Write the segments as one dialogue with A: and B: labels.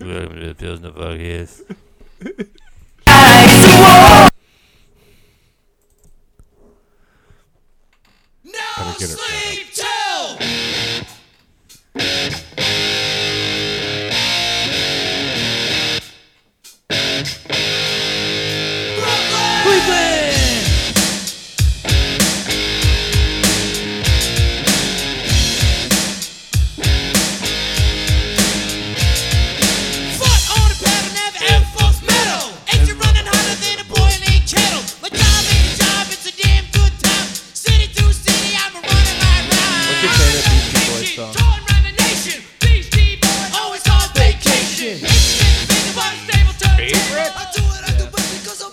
A: Welcome to the Pilsner Podcast.
B: No
C: get it.
B: sleep till Brooklyn. Foot on a pedal, never ever force metal. Ain't you running hotter than a boiling kettle? My job ain't a job, it's a damn good time. City through city, I'm a running my ride.
D: What's your favorite Beastie Boys song?
B: Touring around the nation, Beastie Boys always on vacation. Favorite? I do it, I do it because I'm
D: Uh,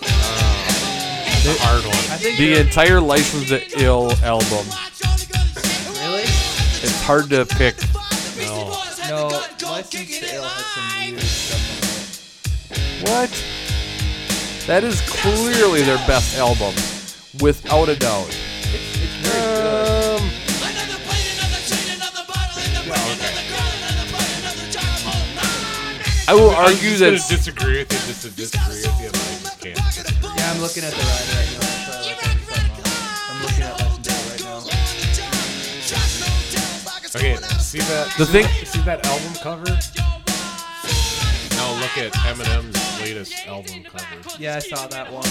D: The
B: hard
D: I
B: one.
D: think
C: The entire License to Ill album.
B: Really?
C: It's hard to pick.
B: No.
D: No, License to Ill had some weird stuff
C: What? That is clearly their best album, without a doubt.
D: on it. It's, it's very good.
C: Um,
B: Another plane, another train, another bottle, another brain, another girl, another boy, another job, oh all night.
C: I will
E: I was
C: argue
E: just
C: that
E: gonna disagree with you just to disagree with you, but I just can't.
D: Yeah, I'm looking at the ride right now. That's why I like every song on it. I'm looking at License to Ill right now.
E: Okay, see that?
C: The thing-
E: See that album cover? Now look at Eminem's latest album cover.
D: Yeah, I saw that one.
C: I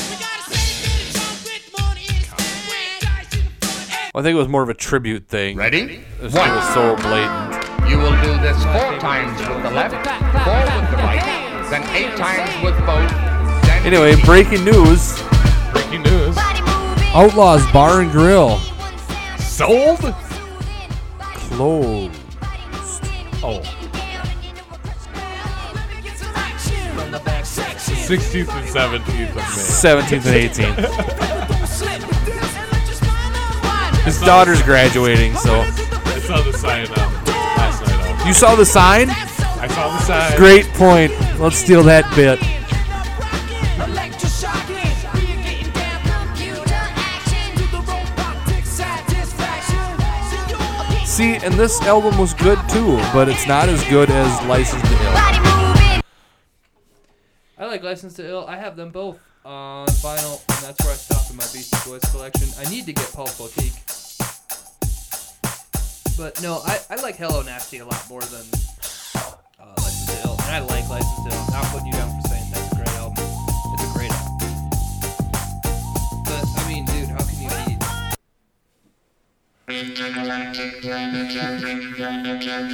C: think it was more of a tribute thing.
F: Ready?
C: It was so blatant.
F: You will do this four times with the left, four with the right, then eight times with both. Then
C: Anyway, breaking news:
E: Breaking news.
C: Outlaws Bar and Grill
E: Sold?
C: closed.
E: Oh. 16th and 17th of
C: 17th and 18th. His
E: It's
C: daughter's graduating, so
E: May. I saw the sign up last night.
C: you saw the sign.
E: I saw the sign.
C: Great point. Let's steal that bit. See, and this album was good too, but it's not as good as License to Ill.
D: I like License to Ill. I have them both on vinyl, and that's where I stopped in my Beastie Boys collection. I need to get Paul Boutique. But no, I, I like Hello Nasty a lot more than uh, License to Ill. And I like License to Ill. I'm not putting you down for saying that's a great album. It's a great album. But, I mean, dude, how can you be.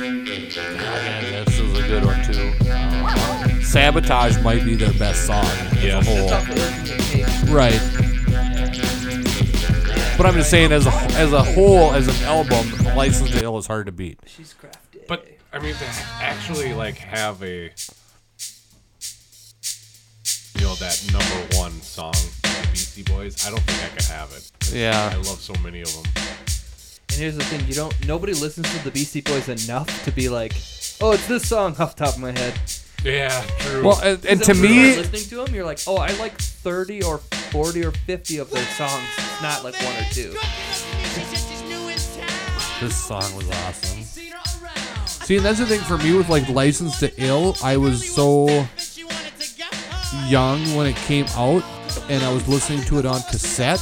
C: Yeah, this is a good one too. Sabotage might be their best song
E: Yeah.
C: as a whole. Right. But I'm just saying, as a as a whole, as an album, License to Ill is hard to beat.
D: She's crafted.
E: But I mean, to actually like have a you know that number one song, by Beastie Boys. I don't think I could have it. I
C: Yeah.
E: love so many of them.
D: And here's the thing, you don't nobody listens to the Beastie Boys enough to be like, oh, it's this song off the top of my head.
E: Yeah, true.
C: Well, and, and
D: Is
C: to
D: that when you
C: me,
D: start listening to them, you're like, oh, I like 30 or 40 or 50 of their songs, It's not like one or two.
C: this song was awesome. See, and that's the thing for me with like License to Ill. I was so young when it came out, and I was listening to it on cassette,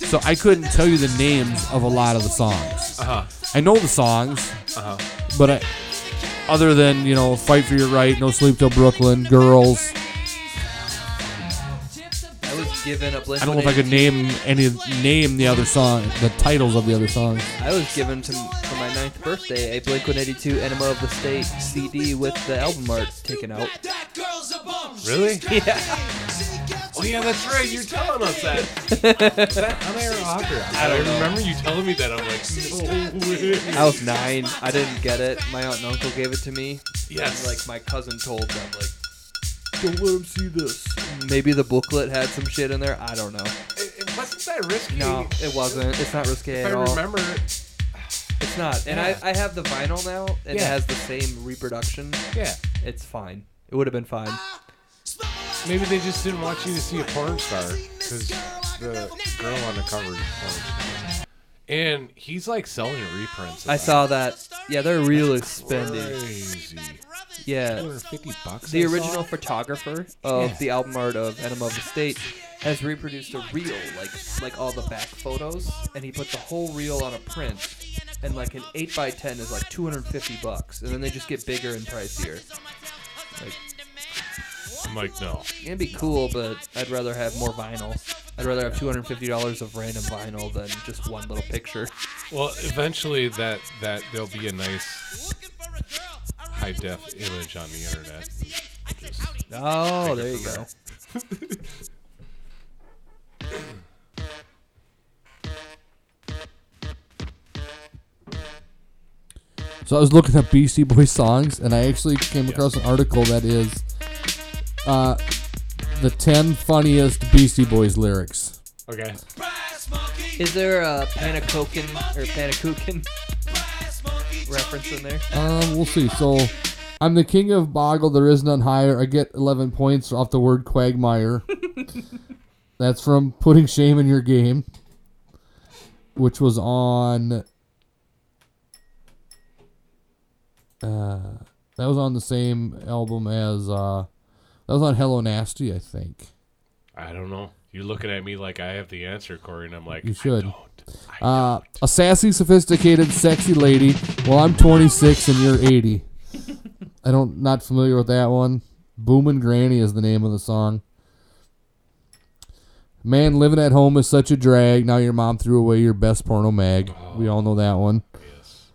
C: so I couldn't tell you the names of a lot of the songs.
E: Uh-huh.
C: I know the songs,
E: Uh-huh.
C: but I, other than you know, fight for your right, no sleep till Brooklyn, girls.
D: I was given a Blink.
C: I don't know if I could name any name the other song, the titles of the other songs.
D: I was given to, for my ninth birthday a Blink 182 Enema of the State CD with the album art taken out.
E: Really?
D: Yeah.
E: Oh yeah, that's right. You're telling us that. Was that on air or off air? I, don't remember you telling me that. I'm like, no way.
D: I was nine. I didn't get it. My aunt and uncle gave it to me.
E: Yes.
D: And, like my cousin told them, like, don't let him see this. Maybe the booklet had some shit in there. I don't know.
E: It- it wasn't that risky?
D: No, it wasn't. It's not risque
E: If
D: at
E: I
D: all.
E: remember, it-
D: It's not. And I, I have the vinyl now, and it
E: Yeah.
D: has the same reproduction.
E: yeah.
D: It's fine. It would have been fine.
E: Maybe they just didn't want you to see a porn star because the girl on the cover is a porn star. And he's like selling reprints. of
D: I
E: that.
D: saw that. Yeah, they're really spending.
E: Crazy.
D: Yeah.
E: 250 bucks.
D: The original photographer of the album art of Enema of the State has reproduced a reel, like like all the back photos, and he put the whole reel on a print. And like an eight by ten is like two hundred fifty bucks, and then they just get bigger and pricier. Like
E: I'm like, no.
D: it'd be cool, but I'd rather have more vinyl. I'd rather have two hundred fifty dollars of random vinyl than just one little picture.
E: Well, eventually that that there'll be a nice high def image on the internet. Just-
D: Oh, there you go.
G: So I was looking up Beastie Boys songs, and I actually came across an article that is uh, the 10 funniest Beastie Boys lyrics.
E: okay.
D: Is there a Panacoken or Panacoken reference in there?
G: Um, we'll see. So I'm the king of boggle. There is none higher. I get 11 points off the word quagmire. That's from putting shame in your game, which was on. Uh, uh, that was on the same album as uh, that was on Hello Nasty, I think.
E: I don't know. You're looking at me like I have the answer, Corey, and I'm like,
G: You
E: I
G: should.
E: don't. I
G: Uh,
E: don't.
G: a sassy, sophisticated, sexy lady. Well, I'm 26 and you're 80. I don't not familiar with that one. Boomin' Granny is the name of the song. Man, living at home is such a drag. Now your mom threw away your best porno mag. We all know that one.
E: Yes.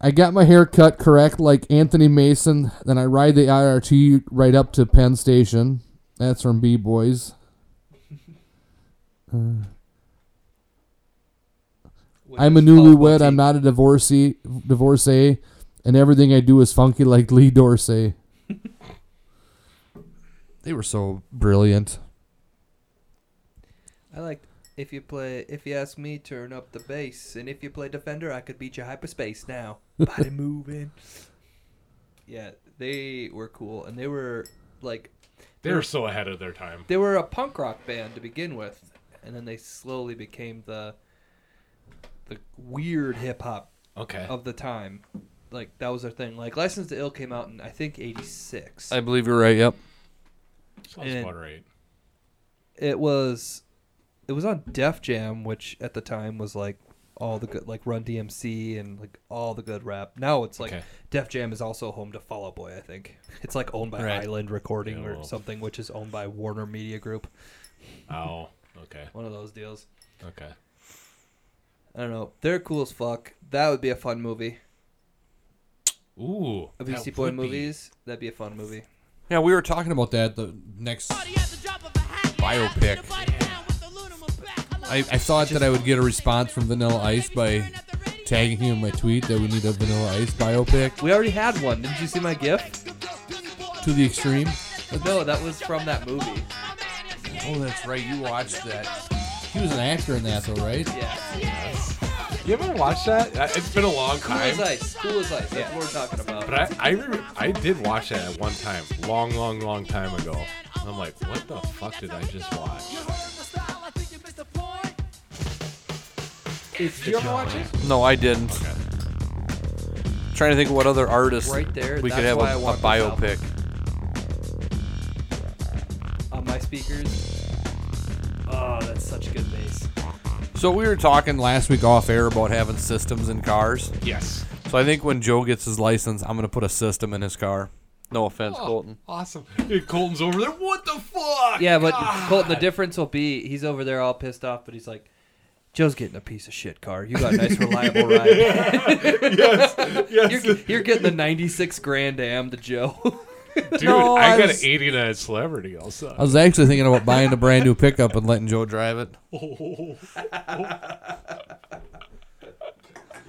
G: I got my hair cut correct like Anthony Mason. Then I ride the IRT right up to Penn Station. That's from B Boys. I'm a newlywed. I'm not a divorcee. Divorcee, and everything I do is funky like Lee Dorsey. they were so brilliant.
D: I like if you play if you ask me turn up the bass and if you play defender I could beat you hyperspace now. Body moving. Yeah, they were cool and they were like
E: They were so ahead of their time.
D: they were a punk rock band to begin with and then they slowly became the the weird hip hop
E: Okay.
D: of the time. Like that was their thing. Like License to Ill came out in I think 86.
G: believe you're right. Yep.
E: Sounds
D: and-
E: about right.
D: it was it was on Def Jam, which at the time was like all the good like Run DMC and like all the good rap. Now it's like
E: Okay.
D: Def Jam is also home to Fall Out Boy, I think. It's like owned by
E: Right.
D: Island Recording
E: Yeah,
D: or
E: well.
D: something, which is owned by Warner Media Group.
E: Oh, okay.
D: One of those deals.
E: Okay.
D: I don't know. They're cool as fuck. That would be a fun movie.
E: Ooh.
D: A
E: that
D: Beastie Boy
E: would be-
D: movies, that'd be a fun movie.
G: Yeah, we were talking about that the next.
B: Biopic.
G: I, I thought that I would get a response from Vanilla Ice by tagging him in my tweet that we need a Vanilla Ice biopic
D: We already had one. Didn't you see my gift?
G: to the extreme.
D: No, that was from that movie.
G: Oh, that's right. You watched that. He was an actor in that, though, right?
D: Yeah.
E: You ever watched that? I- It's been a long
D: Cool
E: time.
D: as ice. Cool as ice. That's what we're talking about.
E: But I, I remember, I did watch that at one time, long, long, long time ago. And I'm like, what the fuck did I just watch?
D: Did you ever watch it?
C: No, I didn't. Trying to think what other artists
D: Right there,
C: we could
D: that's
C: have a,
D: why I
C: a
D: want this
C: biopic.
D: on my speakers. Oh, that's such a good bass.
C: So we were talking last week off air about having systems in cars.
E: Yes.
C: So I think when Joe gets his license, I'm gonna put a system in his car. No offense,
E: Oh.
C: Colton.
E: Awesome. Dude, Colton's over there. What the fuck?
D: Yeah, but
E: God.
D: Colton, the difference will be he's over there all pissed off, but he's like, Joe's getting a piece of shit car. You got a nice, reliable ride.
E: Yes.
D: you're, you're getting the 96 Grand Am to Joe.
E: Dude,
C: No,
E: I,
C: I
E: got
C: was-
E: an 89 celebrity also.
G: I was actually thinking about buying a brand new pickup and letting Joe drive it.
D: we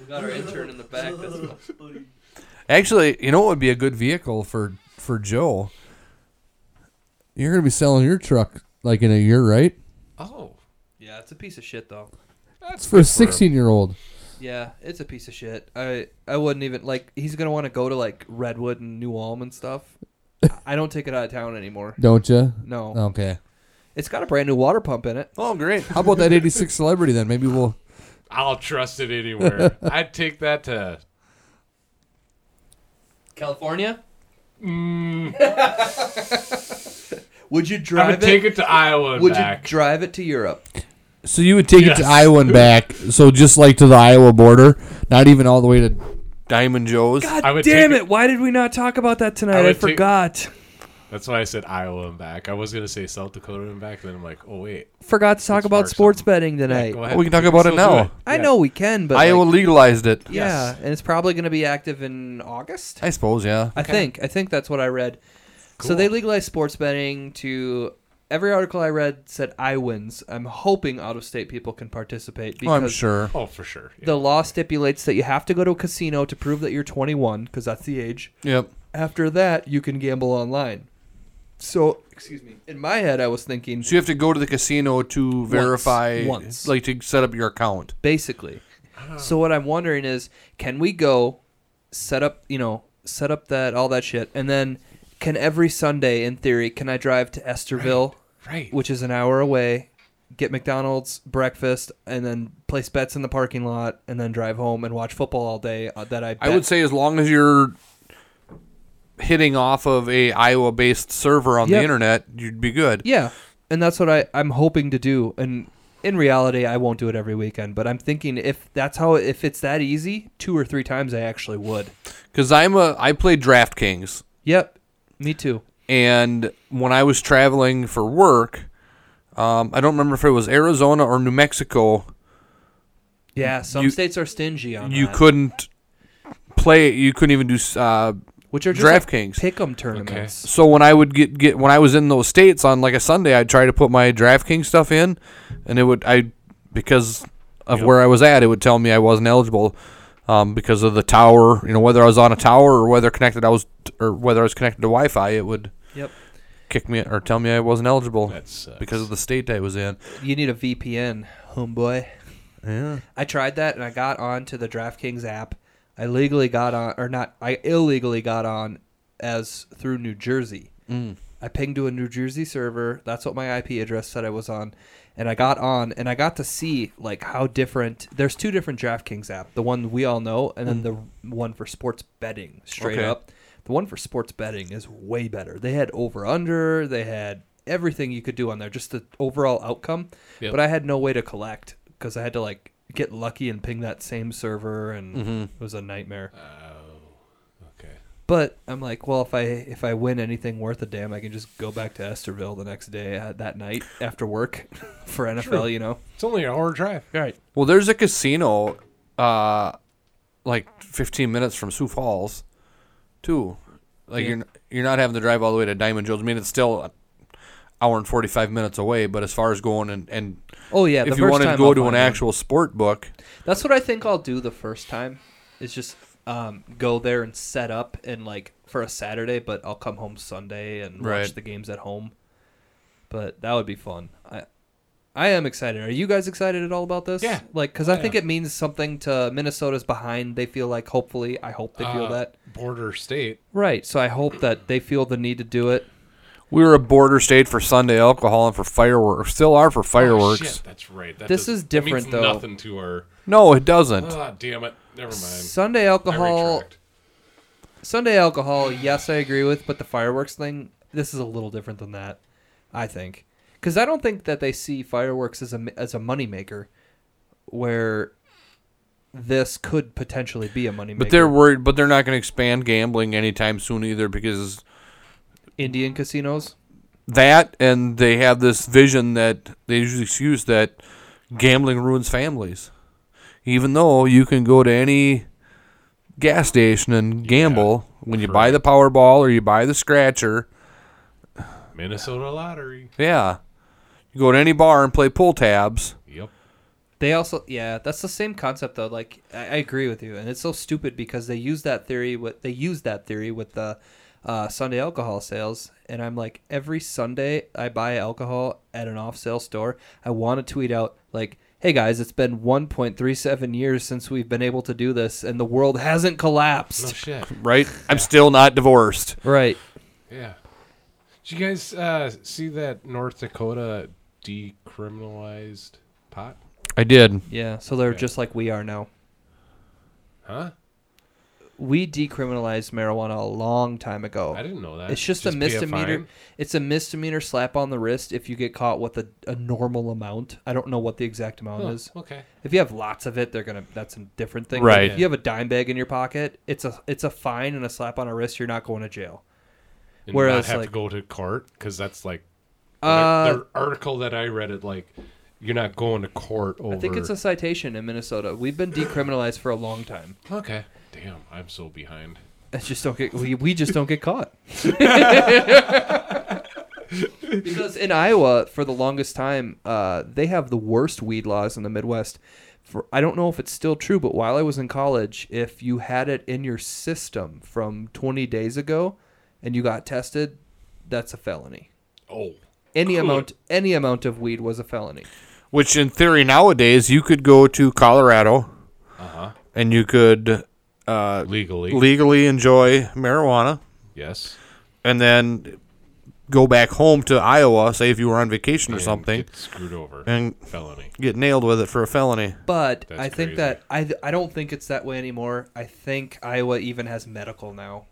D: got our intern in the back. That's
C: Actually, you know what would be a good vehicle for for Joe?
G: You're gonna be selling your truck like in a year, right?
E: oh.
D: yeah, it's a piece of shit though.
G: It's for a 16 year old.
D: Yeah, it's a piece of shit. I I wouldn't even like. He's gonna want to go to like Redwood and New Ulm and stuff. I don't take it out of town anymore.
G: Don't you?
D: No,
G: Okay.
D: it's got a brand new water pump in it.
C: Oh, great.
G: How about that 86 celebrity then? Maybe we'll.
E: I'll trust it anywhere. I'd take that to
D: California.
H: Would you
E: Mm. I
H: drive
E: would
H: it?
E: take it to Iowa and
H: would
E: back.
H: you drive it to Europe?
G: So you would take it
E: Yes.
G: to Iowa and back. So just like to the Iowa border, not even all the way to.
C: Diamond Joe's.
I: God
E: I would
I: damn
E: take
I: it! Why did we not talk about that tonight? I,
E: would take-
I: forgot.
E: That's why I said Iowa and back. I was gonna say South Dakota and back, then I'm like, oh wait.
I: Forgot to talk
E: That's
I: about
E: far
I: sports
E: something.
I: betting tonight.
E: Go ahead.
C: we can talk
E: You
C: about it
E: still do
C: now.
E: Yeah.
D: I know we can, but
C: Iowa
D: like,
C: legalized it.
D: yeah, and it's probably going to be active in August.
C: I suppose, yeah.
D: I think. I think that's what I read. So they legalized sports betting to every article I read said I wins. I'm hoping out of state people can participate
C: Oh,
D: because
C: I'm sure.
E: Oh, for sure. Yeah.
D: the law stipulates that you have to go to a casino to prove that you're 21 because that's the age.
C: Yep.
D: After that, you can gamble online. So, excuse me. In my head, I was thinking
C: So you have to go to the casino to verify,
D: once.
C: like to set up your account.
D: basically. So what I'm wondering is, can we go set up, you know, set up that all that shit, and then can every Sunday, in theory, can I drive to Esterville,
E: right.
D: which is an hour away, get McDonald's breakfast, and then place bets in the parking lot, and then drive home and watch football all day? Uh, that I
C: I would
D: bet-
C: say as long as you're hitting off of a Iowa-based server on
D: Yep.
C: the internet, you'd be good.
D: yeah, and that's what I I'm hoping to do, and. In reality, I won't do it every weekend, but I'm thinking if that's how if it's that easy, two or three times I actually would.
C: Because I'm a I play DraftKings,
D: Yep, me too.
C: and when I was traveling for work, um, I don't remember if it was Arizona or New Mexico.
D: Yeah, some
C: You-
D: states are stingy on
C: You
D: that,
C: couldn't play. You couldn't even do. Uh,
D: which are just like
C: DraftKings.
D: pick'em tournaments.
C: so when I would get get when I was in those states on like a Sunday, I'd try to put my DraftKings stuff in, and it would I because of where I was at, it would tell me I wasn't eligible. Um, because of the tower, you know, whether I was on a tower or whether connected I was, or whether I was connected to Wi-Fi, it would
D: Yep,
C: kick me or tell me I wasn't eligible
E: That sucks.
C: because of the state I was in.
D: you need a VPN, homeboy. Yeah, I tried that and I got onto the DraftKings app. I legally got on, or not, I illegally got on as through New Jersey. Mm. I pinged to a New Jersey server. That's what my IP address said I was on, and I got on and I got to see like how different. There's two different DraftKings app. The one we all know, and then the one for sports betting. Straight
C: Okay.
D: up, the one for sports betting is way better. They had over under. They had everything you could do on there, just the overall outcome.
E: Yep.
D: But I had no way to collect because I had to like get lucky and ping that same server, and
C: Mm-hmm.
D: it was a nightmare.
C: Uh,
E: Okay.
D: But I'm like, well, if I if I win anything worth a damn, I can just go back to Esterville the next day uh, that night after work for NFL. You know,
E: It's only an hour drive.
D: right?
C: Well, there's a casino, uh, like 15 minutes from Sioux Falls, too. Like you're you're not having to drive all the way to Diamond Joe's. I mean, it's still an hour and 45 minutes away, but as far as going and and
D: Oh yeah. the
C: if you
D: first
C: wanted to
D: time
C: go
D: I'll
C: to an
D: find one.
C: actual sport book,
D: That's what I think I'll do the first time. Is just um, go there and set up and like for a Saturday, but I'll come home Sunday and watch
C: Right.
D: the games at home. But that would be fun. I I am excited. Are you guys excited at all about this?
E: Yeah.
D: Like, because I think it means something to Minnesota's behind. They feel like hopefully, I hope they feel
E: Uh,
D: that.
E: border state.
D: Right. So I hope that they feel the need to do it.
C: we were a border state for Sunday alcohol and for fireworks. Still are for
E: Oh,
C: fireworks.
E: shit, that's right. That
D: This
E: does-
D: is
E: that
D: different,
E: means
D: though.
E: Nothing to our.
C: no, it doesn't.
D: Oh,
E: Ah, damn it. Never mind.
D: Sunday
E: I
D: alcohol.
E: retract.
D: Sunday alcohol, yes, I agree with, but the fireworks thing, this is a little different than that, I think, because I don't think that they see fireworks as a as a moneymaker, where this could potentially be a moneymaker.
C: But they're worried. But they're not going to expand gambling anytime soon either because
D: Indian casinos.
C: that and they have this vision that they usually excuse that gambling ruins families even though you can go to any gas station and gamble when you buy the powerball or you buy the scratcher
E: Minnesota lottery.
C: yeah you go to any bar and play pull tabs
E: Yep.
D: They also, yeah, that's the same concept though. Like, I, I agree with you, and it's so stupid because they use that theory. With they use that theory with the uh, Sunday alcohol sales, and I'm like, every Sunday I buy alcohol at an off-sale store. I want to tweet out like, "Hey guys, it's been 1.37 years since we've been able to do this, and the world hasn't
E: No
D: collapsed."
E: shit.
C: right i'm still not divorced
D: Right.
E: Yeah. Did you guys uh, see that North Dakota decriminalized pot?
C: i did
D: Yeah. So they're just like we are now.
E: Huh?
D: we decriminalized marijuana a long time ago.
E: I didn't know that.
D: It's just, a
E: pay
D: misdemeanor.
E: fine.
D: it's a misdemeanor slap on the wrist if you get caught with a, a normal amount. I don't know what the exact amount
E: Oh,
D: is.
E: okay.
D: If you have lots of it, they're gonna. That's a different thing.
C: Right.
D: If you have a dime bag in your pocket, it's a it's a fine and a slap on a wrist. You're not going to jail.
E: And
D: Whereas,
E: not have
D: like-
E: to go to court because that's like
D: Uh,
E: their article that I read it like you're not going to court over.
D: I think it's a citation in Minnesota. We've been decriminalized for a long time.
E: okay. Damn, I'm so behind.
D: I just don't get. We, we just don't get caught. because in Iowa, for the longest time, uh, they have the worst weed laws in the Midwest. For I don't know if it's still true, but while I was in college, if you had it in your system from 20 days ago, and you got tested, that's a felony.
E: Oh,
D: Any amount, any amount of weed was a felony.
C: Which, in theory, nowadays you could go to Colorado, and you could uh,
E: legally.
C: legally enjoy marijuana,
E: yes.
C: and then go back home to Iowa. Say if you were on vacation or
E: And
C: something,
E: get screwed over.
C: and
E: felony.
C: get nailed with it for a felony.
D: But
E: That's
D: I think
E: crazy.
D: that I I don't think it's that way anymore. I think Iowa even has medical now.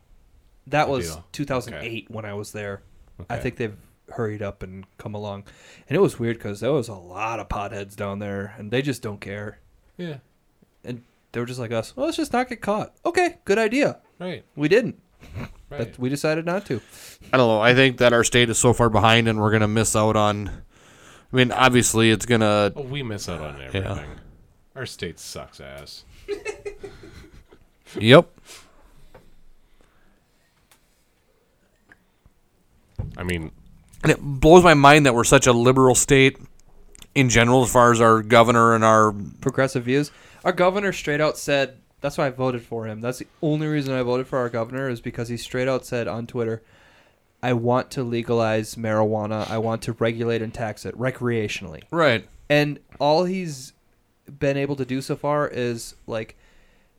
D: That was
E: deal.
D: 2008 when I was there. I
E: Okay.
D: think they've hurried up and come along. And it was weird because there was a lot of potheads down there, and they just don't care.
E: Yeah.
D: And they were just like us. Well, let's just not get caught. Okay, good idea.
E: Right.
D: We didn't.
E: Right.
D: That, we decided not to.
C: I don't know. I think that our state is so far behind, and we're gonna miss out on. I mean, obviously, it's gonna.
E: oh, we miss out on everything. Our state sucks ass.
C: Yep.
E: I mean,
C: And it blows my mind that we're such a liberal state in general, as far as our governor and our.
D: progressive views. Our governor straight out said that's why I voted for him. That's the only reason I voted for our governor is because he straight out said on Twitter, "I want to legalize marijuana. I want to regulate and tax it recreationally."
C: Right.
D: And all he's been able to do so far is like,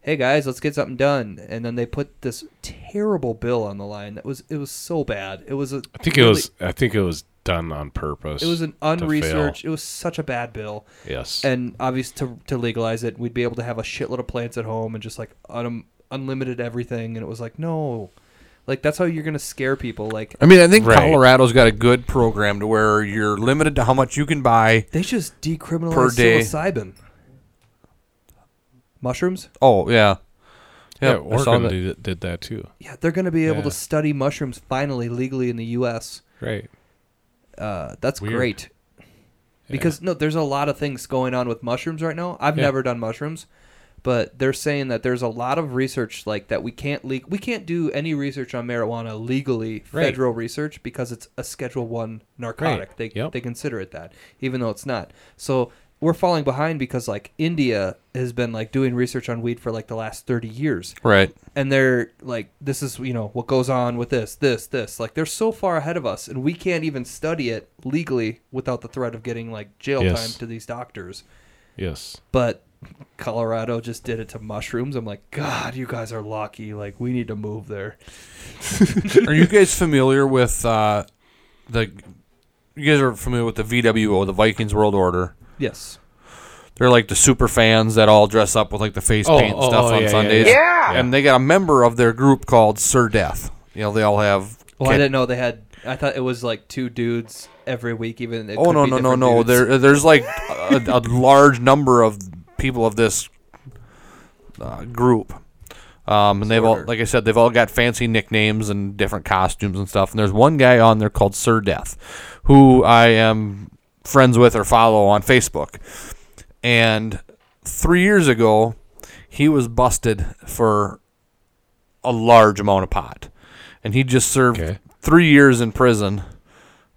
D: "Hey guys, let's get something done." And then they put this terrible bill on the line that was it was so bad. It was a
E: I think it was. I think it was done on purpose.
D: it was an unresearched. It was such a bad bill.
E: Yes.
D: and obviously to, to legalize it we'd be able to have a shitload of plants at home and just like un- unlimited everything and it was like no like that's how you're gonna scare people like
C: I mean, I think
E: Right.
C: Colorado's got a good program to where you're limited to how much you can buy.
D: they just decriminalized
C: Per day.
D: psilocybin mushrooms
C: Oh yeah,
E: yeah,
C: Yep, I saw
E: Oregon
C: that.
E: did, did that too.
D: yeah they're gonna be able
E: Yeah.
D: to study mushrooms finally legally in the us
E: Right.
D: uh, that's
E: Weird.
D: great because no there's a lot of things going on with mushrooms right now i've
E: Yeah.
D: never done mushrooms but they're saying that there's a lot of research like that we can't leak we can't do any research on marijuana legally
E: Right.
D: federal research because it's a schedule 1 narcotic
E: Right.
D: they
E: Yep.
D: they consider it that even though it's not so we're falling behind because like india has been like doing research on weed for like the last 30 years
C: Right.
D: and they're like this is you know what goes on with this this this like they're so far ahead of us and we can't even study it legally without the threat of getting like jail
E: Yes.
D: time to these doctors
E: Yes.
D: but colorado just did it to mushrooms i'm like god you guys are lucky like we need to move there
C: Are you guys familiar with uh, the? You guys are familiar with the VWO, the Vikings World Order.
D: yes
C: They're like the super fans that all dress up with like the face
E: Oh,
C: paint and
E: oh,
C: stuff on
E: oh, yeah, yeah,
C: Sundays.
E: yeah.
C: Yeah. And they got a member of their group called Sir Death. You know, they all have.
D: well i didn't know they had i thought it was like two dudes every week even it
C: Oh
D: could
C: no
D: be
C: no no
D: different
C: no!
D: dudes.
C: There uh, there's like a, a large number of people of this uh, group, um, and they've all like I said they've all got fancy nicknames and different costumes and stuff. And there's one guy on there called Sir Death, who I am friends with or follow on Facebook. And three years ago, he was busted for a large amount of pot, and he just served
E: Okay.
C: three years in prison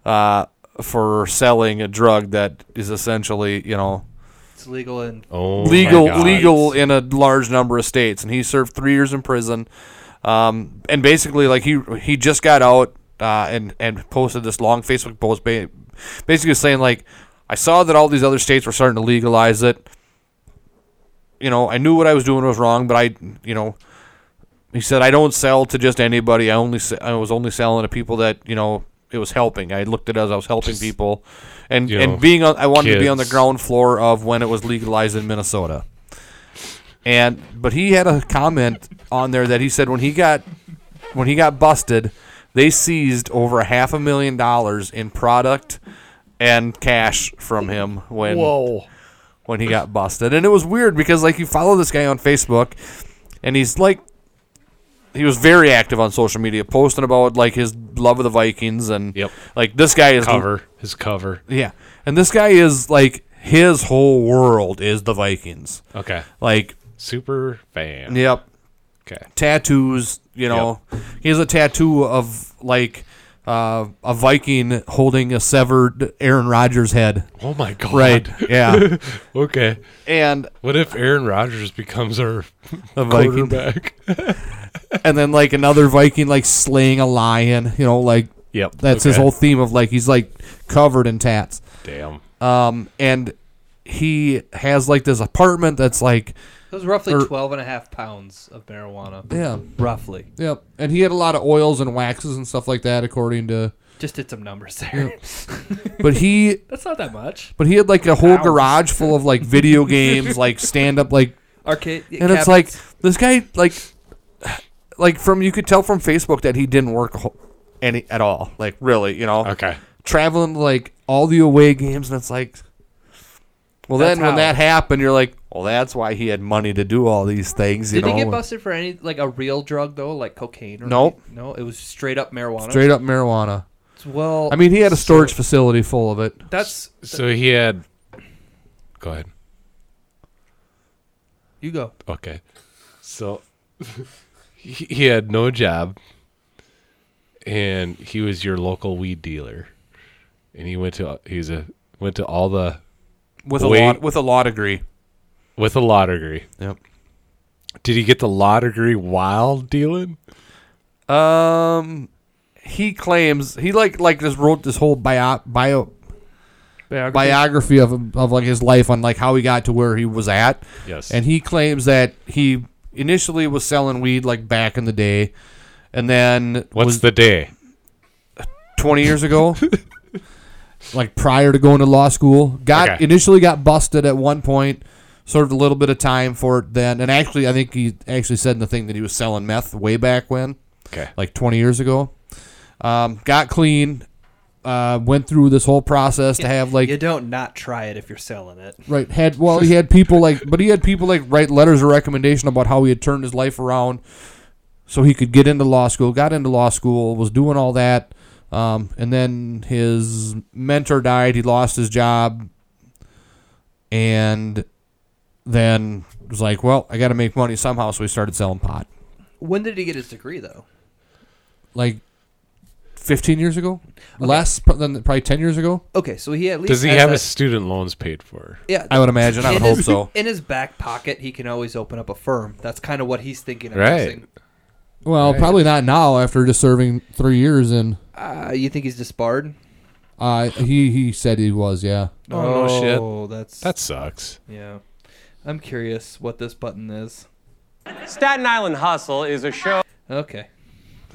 C: uh, for selling a drug that is essentially, you know,
D: it's legal and
E: Oh,
C: legal
E: my God.
C: legal in a large number of states, and he served three years in prison. Um, and basically, like he he just got out uh, and and posted this long Facebook post, ba- basically saying like, I saw that all these other states were starting to legalize it. You know, I knew what I was doing was wrong, but I, you know, he said I don't sell to just anybody. I only se- I was only selling to people that you know it was helping. I looked at it as I was helping people, and
E: you
C: and
E: know,
C: being on I wanted to be on the
E: kids.
C: ground ground floor of when it was legalized in Minnesota. And but he had a comment on there that he said when he got when he got busted, they seized over a half a million dollars in product and cash from him when
H: Whoa.
C: when he got busted. And it was weird because like you follow this guy on Facebook and he's like he was very active on social media posting about like his love of the Vikings and
E: Yep.
C: like this guy is
E: Cover his cover.
C: Yeah. And this guy is like his whole world is the Vikings.
E: Okay.
C: Like
E: Super fan.
C: yep,
E: Okay.
C: tattoos, you know. He has a tattoo of like uh, a Viking holding a severed Aaron Rodgers head.
E: Oh my god.
C: Right. Yeah.
E: Okay.
C: and
E: What if Aaron Rodgers becomes our
C: a Viking
E: quarterback?
C: and then like another Viking like slaying a lion, you know, like
E: Yep.
C: that's his
E: Okay.
C: whole theme of like he's like covered in tats.
E: Damn.
C: Um and he has like this apartment that's like
D: That was roughly
C: Or-
D: twelve and a half 12 and a half pounds of marijuana.
C: yeah,
D: Roughly.
G: Yep. And he had a lot of oils and waxes and stuff like that, according to.
D: Just did some numbers there.
C: but he
D: That's not that much.
C: But he had like a whole garage full of like video games, like stand up, like,
D: Arcade.
C: and it's like this guy, like, like from you could tell from Facebook that he didn't work a whole- any at all, like really, you know,
E: Okay.
C: traveling to, like all the away games, and it's like, well,
D: That's
C: then when
D: how.
C: that happened, you're like, well, that's why he had money to do all these things, you
D: Did he get
C: know,
D: busted for any like a real drug though, like cocaine? or
C: Nope.
D: anything? No, it was straight up marijuana.
C: straight up marijuana.
D: Well,
C: I mean, he had a storage facility full of it.
D: that's
E: So he had. Go ahead.
D: you go.
E: Okay. So he he had no job and he was your local weed dealer. And he went to he's a went to all the
C: With
E: Wait.
C: a law, with a law degree.
E: with a law degree.
C: Yep.
E: Did he get the law degree while dealing?
C: Um, he claims he like like just wrote this whole bio bio biography of him, of like his life on like how he got to where he was at,
E: Yes.
C: and he claims that he initially was selling weed like back in the day, and then
E: What's
C: was
E: the day?
C: twenty years ago. Like prior to going to law school, got
E: Okay.
C: initially got busted at one point, served a little bit of time for it then, and actually I think he actually said in the thing that he was selling meth way back when
E: Okay.
C: like 20 years ago. Um, got clean, uh, went through this whole process to have like
D: you don't not try it if you're selling it.
G: Right. Had.
C: well, he had people like, but he had people like write letters of recommendation about how he had turned his life around, so he could get into law school. Got into law school, was doing all that, um, and then his mentor died. He lost his job, and then was like, "Well, I got to make money somehow." So he started selling pot,
D: When did he get his degree though?
C: like 15 years ago, less pro- than probably 10 years ago.
D: Okay, so he at least
E: Does he
D: has
E: have
D: that-
E: his student loans paid for?
D: Yeah,
C: I would imagine. I would
D: in
C: hope
D: his-
C: so.
D: In his back pocket, he can always open up a firm. That's kind of what he's thinking. Of
E: Right.
D: using.
G: Well,
C: Right.
G: probably not now after just serving three years and.
D: Uh, you think he's disbarred?
G: Uh, he he said he was yeah.
E: Oh, no shit.
D: Oh, that's
E: That sucks.
D: yeah. I'm curious what this button is.
J: Staten Island Hustle is a show.
D: Okay.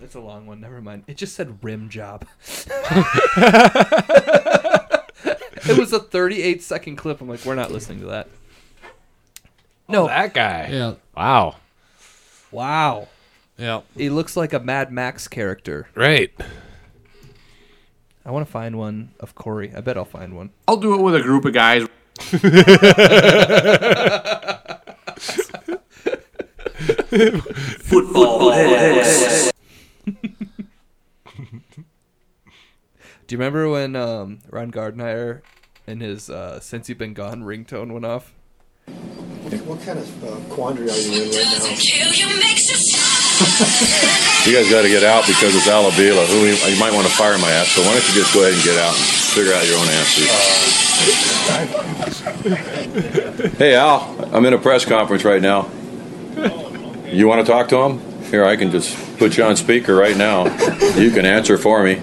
D: It's a long one. Never mind. It just said rim job. it was a 38 second clip. I'm like, we're not listening to that. No.
E: Oh, That guy.
G: Yeah.
E: Wow.
D: Wow.
C: Yeah.
D: He looks like a Mad Max character.
E: Right.
D: I want to find one of Corey. I bet I'll find one.
C: I'll do it with a group of guys.
D: Do you remember when um, Ron Gardner and his uh, Since You've Been Gone ringtone went off?
K: What kind of uh, quandary are you in right now?
J: You guys got to get out because it's Alabila. Who you might want to fire my ass. So why don't you just go ahead and get out and figure out your own answers? hey Al, I'm in a press conference right now. You want to talk to him? Here, I can just put you on speaker right now. You can answer for me.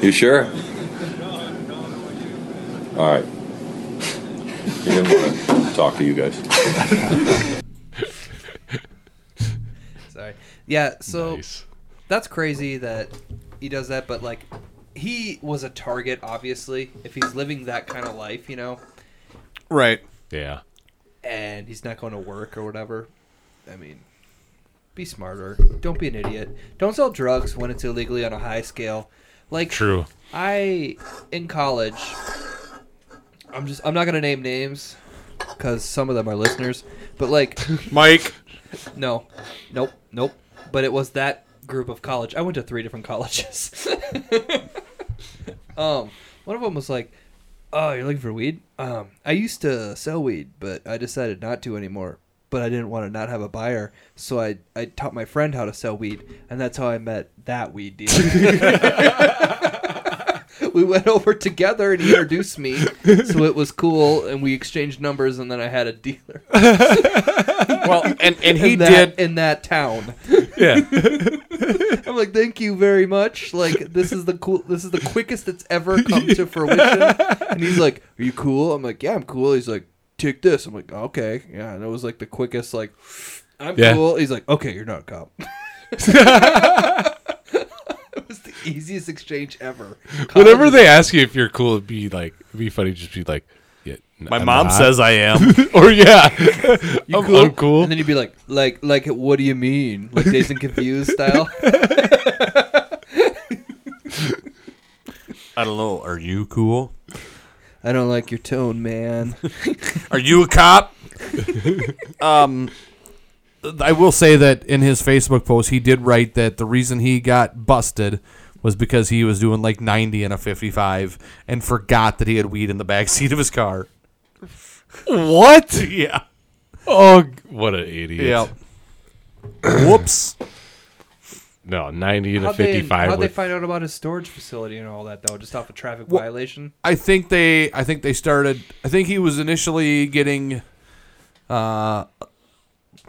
J: You sure? All right. He didn't want to talk to you guys.
D: Sorry. Yeah, so
E: Nice.
D: that's crazy that he does that, but like he was a target, obviously, if he's living that kind of life, you know.
C: Right.
E: Yeah.
D: and he's not going to work or whatever. I mean, be smarter. Don't be an idiot. Don't sell drugs when it's illegally on a high scale. Like
E: True.
D: I in college. I'm just. I'm not gonna name names because some of them are listeners. But like
E: Mike.
D: No. Nope. Nope. But it was that group of college. I went to three different colleges. um, one of them was like, "Oh, you're looking for weed? Um, I used to sell weed, but I decided not to anymore. But I didn't want to not have a buyer, so I I taught my friend how to sell weed, and that's how I met that weed dealer." We went over together and he introduced me, so it was cool. And we exchanged numbers, and then I had a dealer. well,
C: and, and he did-
D: in that town.
C: Yeah.
D: I'm like, thank you very much. Like, this is the cool. This is the quickest it's ever come to fruition. And he's like, "Are you cool?" I'm like, "Yeah, I'm cool." He's like, "Take this." I'm like, "Okay, yeah." And it was like the quickest. Like, I'm
E: Yeah.
D: cool. He's like, "Okay, you're not a cop." it was the easiest exchange ever.
E: Whenever they ask you if you're cool, it'd be like, it'd be funny to just be like, yeah, n-
A: My
E: I'm
A: mom
E: not.
A: says I am.
E: or yeah,
D: You
E: I'm,
D: cool?
E: I'm cool.
D: And then you'd be like, like, like, what do you mean? Like Days and Confused style.
A: I don't know. Are you cool?
D: I don't like your tone, man.
A: Are you a cop?
C: um,
G: I will say that in his Facebook post, he did write that the reason he got busted
C: was because he was doing like 90 and a 55 and forgot that he had weed in the back seat of his car.
E: What?
A: Yeah.
E: Oh, g- what an idiot.
C: Yep. Whoops.
E: No, 90 to
D: How'd they,
E: 55.
D: how'd they
E: with-
D: find out about his storage facility and all that though? Just off a traffic
C: Well,
D: violation.
C: I think they I think they started I think he was initially getting uh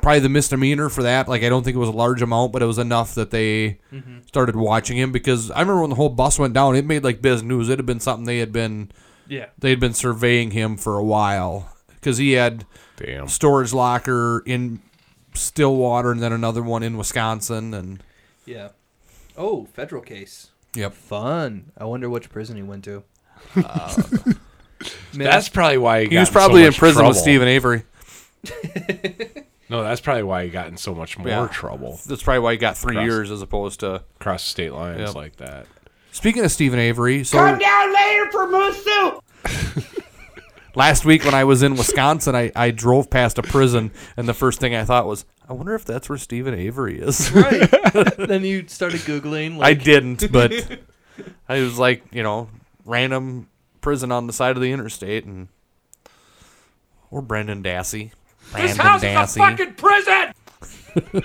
C: probably the misdemeanor for that. Like I don't think it was a large amount, but it was enough that they
G: Mhm.
C: started watching him because I remember when the whole bus went down, it made like biz news. It had been something they had been
D: Yeah.
C: they had been surveying him for a while cuz he had Oh.
E: Damn.
C: storage locker in Stillwater and then another one in Wisconsin and
D: Yeah. Oh, federal case.
C: Yep.
D: Fun. I wonder which prison he went to. Man,
E: That's probably why he,
C: he was
E: got in so
C: probably in
E: much
C: prison with
E: trouble.
C: Stephen Avery.
E: No, that's probably why he got in so much more
C: Yeah.
E: trouble.
C: That's probably why he got 3
E: Cross-
C: years as opposed to
E: Across state lines
C: Yep.
E: like that.
C: Speaking of Stephen Avery, so
B: down later for moose soup.
C: last week when I was in Wisconsin, I, I drove past a prison, and the first thing I thought was, I wonder if that's where Stephen Avery is.
D: right. then you started googling.
C: I
D: Like,
C: didn't, but I was like, you know, random prison on the side of the interstate, and or Brendan Dassey. Brandon
B: prison.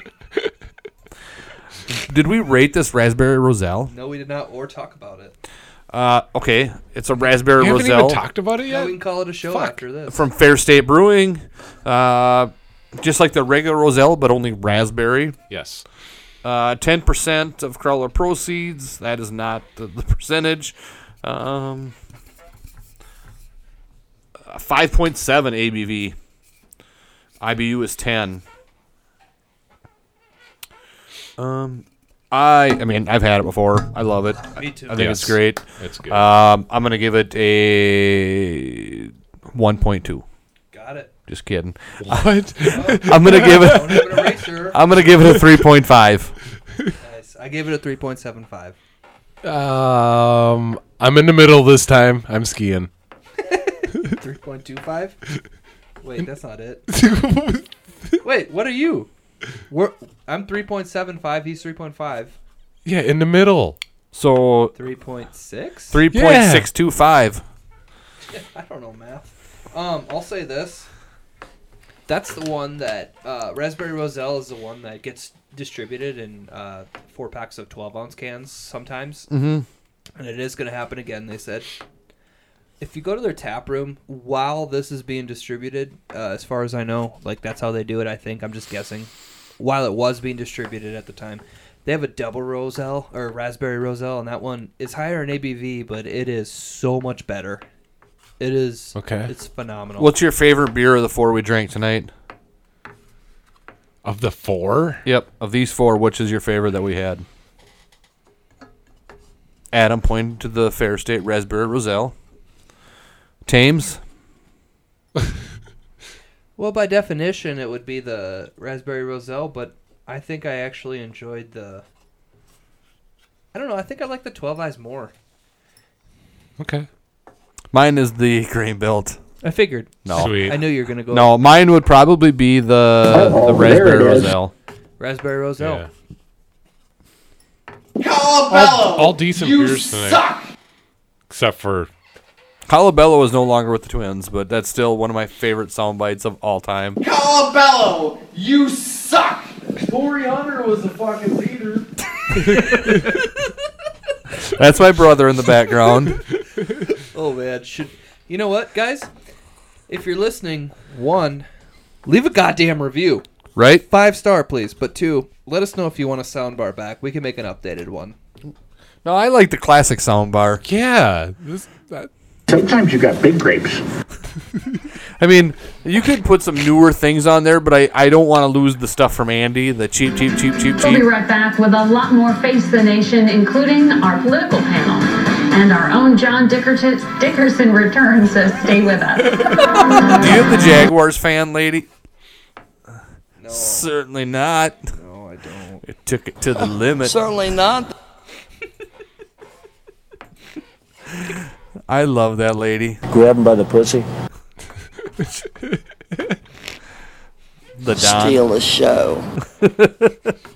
C: Did we rate this raspberry roselle?
D: No, we did not, or talk about it.
C: Uh, okay, it's a raspberry
E: We haven't even
C: roselle.
E: talked about it
D: No,
E: yet?
D: we can call it a show after this.
C: from Fair State Brewing. Uh, just like the regular Roselle, but only raspberry. Uh,
E: Yes.
C: Ten percent of crawler proceeds. That is not the, the percentage. Um, uh, Five point seven ABV. IBU is ten. Um, I I mean I've had it before. I love it.
D: Me too.
C: I think
E: Yes.
C: it's great.
E: It's good.
A: Uh,
C: Um, I'm gonna give it a one point two.
D: Got it.
C: Just kidding.
E: what?
C: I'm gonna give
D: Don't
C: it.
D: have an eraser.
C: I'm gonna give it a three point five.
D: nice. I gave it a three point seven five.
E: um, I'm in the middle this time. I'm skiing.
D: Three point two five. Wait, that's not it. Wait, what are you? We're, I'm three point seven five. He's three point five.
E: Yeah, in the middle.
C: So
D: Three point six.
C: three point six two five.
D: I don't know math. Um, I'll say this. That's the one that uh, Raspberry Roselle is the one that gets distributed in uh, four packs of twelve ounce cans sometimes,
C: Mm-hmm.
D: and it is going to happen again. They said. If you go to their tap room while this is being distributed, uh, as far as I know, like that's how they do it. I think I'm just guessing. While it was being distributed at the time, they have a double Roselle or Raspberry Roselle, and that one is higher in ABV, but it is so much better. It is
E: Okay.
D: It's phenomenal.
C: What's your favorite beer of the four we drank tonight?
E: Of the four?
C: Yep, of these four, which is your favorite that we had? Adam pointed to the Fair State Raspberry Roselle. Thames.
D: Well, by definition, it would be the raspberry roselle, but I think I actually enjoyed the. I don't know. I think I like the twelve eyes more.
E: Okay.
A: Mine is the green belt.
D: I figured.
A: No.
E: Sweet.
D: I knew you were gonna go.
A: No, mine would probably be the the
D: Oh, there
A: raspberry
D: it is.
A: roselle.
D: raspberry roselle.
E: All, all decent beers tonight. Except for
A: Colabello is no longer with the twins, but that's still one of my favorite sound bites of all time.
L: Colabello, you suck. Corey Hunter was the fucking leader.
A: That's my brother in the background.
D: oh man, should you know what, guys? If you're listening, one, leave a goddamn review.
A: Right?
D: Five star, please. But two, let us know if you want a soundbar back. We can make an updated one.
A: No, I like the classic sound bar.
E: Yeah.
A: Sometimes you got big grapes. I mean, you could put some newer things on there, but I, I don't want to lose the stuff from Andy, the cheap, cheap, cheap, cheap,
M: We'll be
A: cheap.
M: right back with a lot more Face the Nation, including our political panel. And our own John Dickerton, Dickerson returns, so stay with us.
A: Do you have the Jaguars fan, lady? No. Certainly not.
D: No, I don't.
A: It took it to the limit.
N: not.
A: I love that lady.
O: Grab him by the pussy.
A: The Don.
O: Steal the show.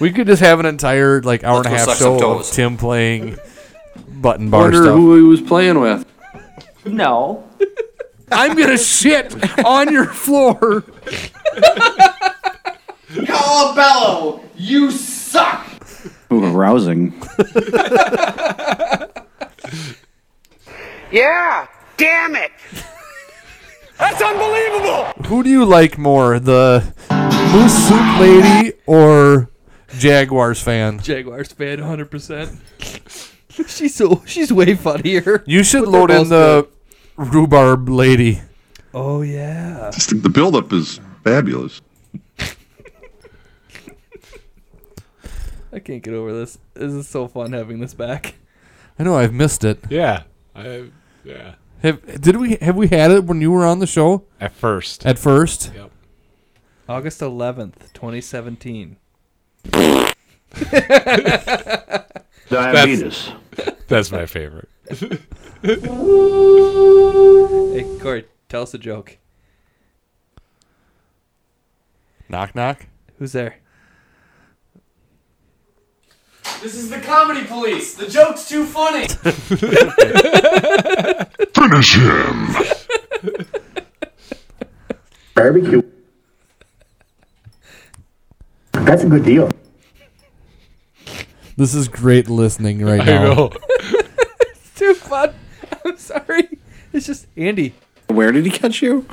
A: We could just have an entire like hour and a
O: Let's go
A: half
O: suck some
A: show of
O: toes.
A: Tim playing button bar stuff.
O: he was playing with. No.
A: I'm gonna shit on your floor.
L: Colabello, you suck.
O: Ooh, arousing.
L: Yeah, damn it. That's unbelievable.
A: Who do you like more, the moose soup lady or Jaguars fan?
D: Jaguars fan, hundred percent. She's so she's way funnier.
A: You should
D: But they're
A: load in
D: both
A: the rhubarb lady.
D: good. Oh yeah.
J: Just think the buildup is fabulous.
D: I can't get over this. This is so fun having this back.
A: I know I've missed it.
E: yeah, I yeah.
A: Have did we have we had it when you were on the show?
E: At first.
A: At first.
E: Yep.
D: August eleventh, twenty seventeen.
E: Diabetes. That's my favorite.
D: Hey Corey, tell us a joke.
A: Knock knock.
D: Who's there?
N: This is the comedy police. The joke's too funny.
L: Finish him.
P: Barbecue. That's a good deal.
A: This is great listening right
E: I
A: now.
E: know.
D: It's too fun. I'm sorry. It's just Andy.
O: Where did he catch you?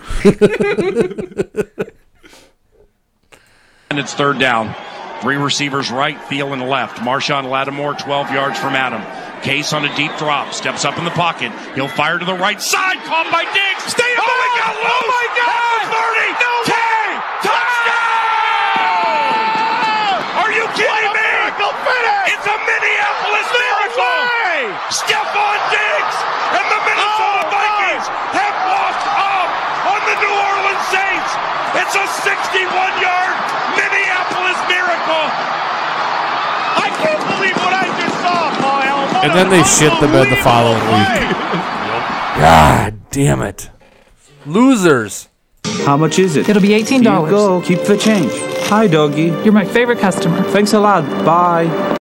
F: And it's third down. Three receivers right, Thielen left. Marshawn Lattimore 12 yards from Adam. Case on a deep drop, steps up in the pocket. He'll fire to the right side, caught by Diggs. Stay oh, my God, oh my God! 30, no 10, touchdown! Are you kidding me? It's a Minneapolis miracle! Stephon Diggs and the Minnesota Vikings have walked off on the New Orleans Saints. It's a 61-yard Minneapolis miracle. I can't believe what I just saw, Kyle. What
A: And
F: a
A: then they shit the bed the following
F: play.
A: week. God damn it. Losers.
Q: How much is it?
R: It'll be $18.
Q: Here you go. Keep the change. Hi, doggy.
R: You're my favorite customer.
Q: Thanks a lot. Bye.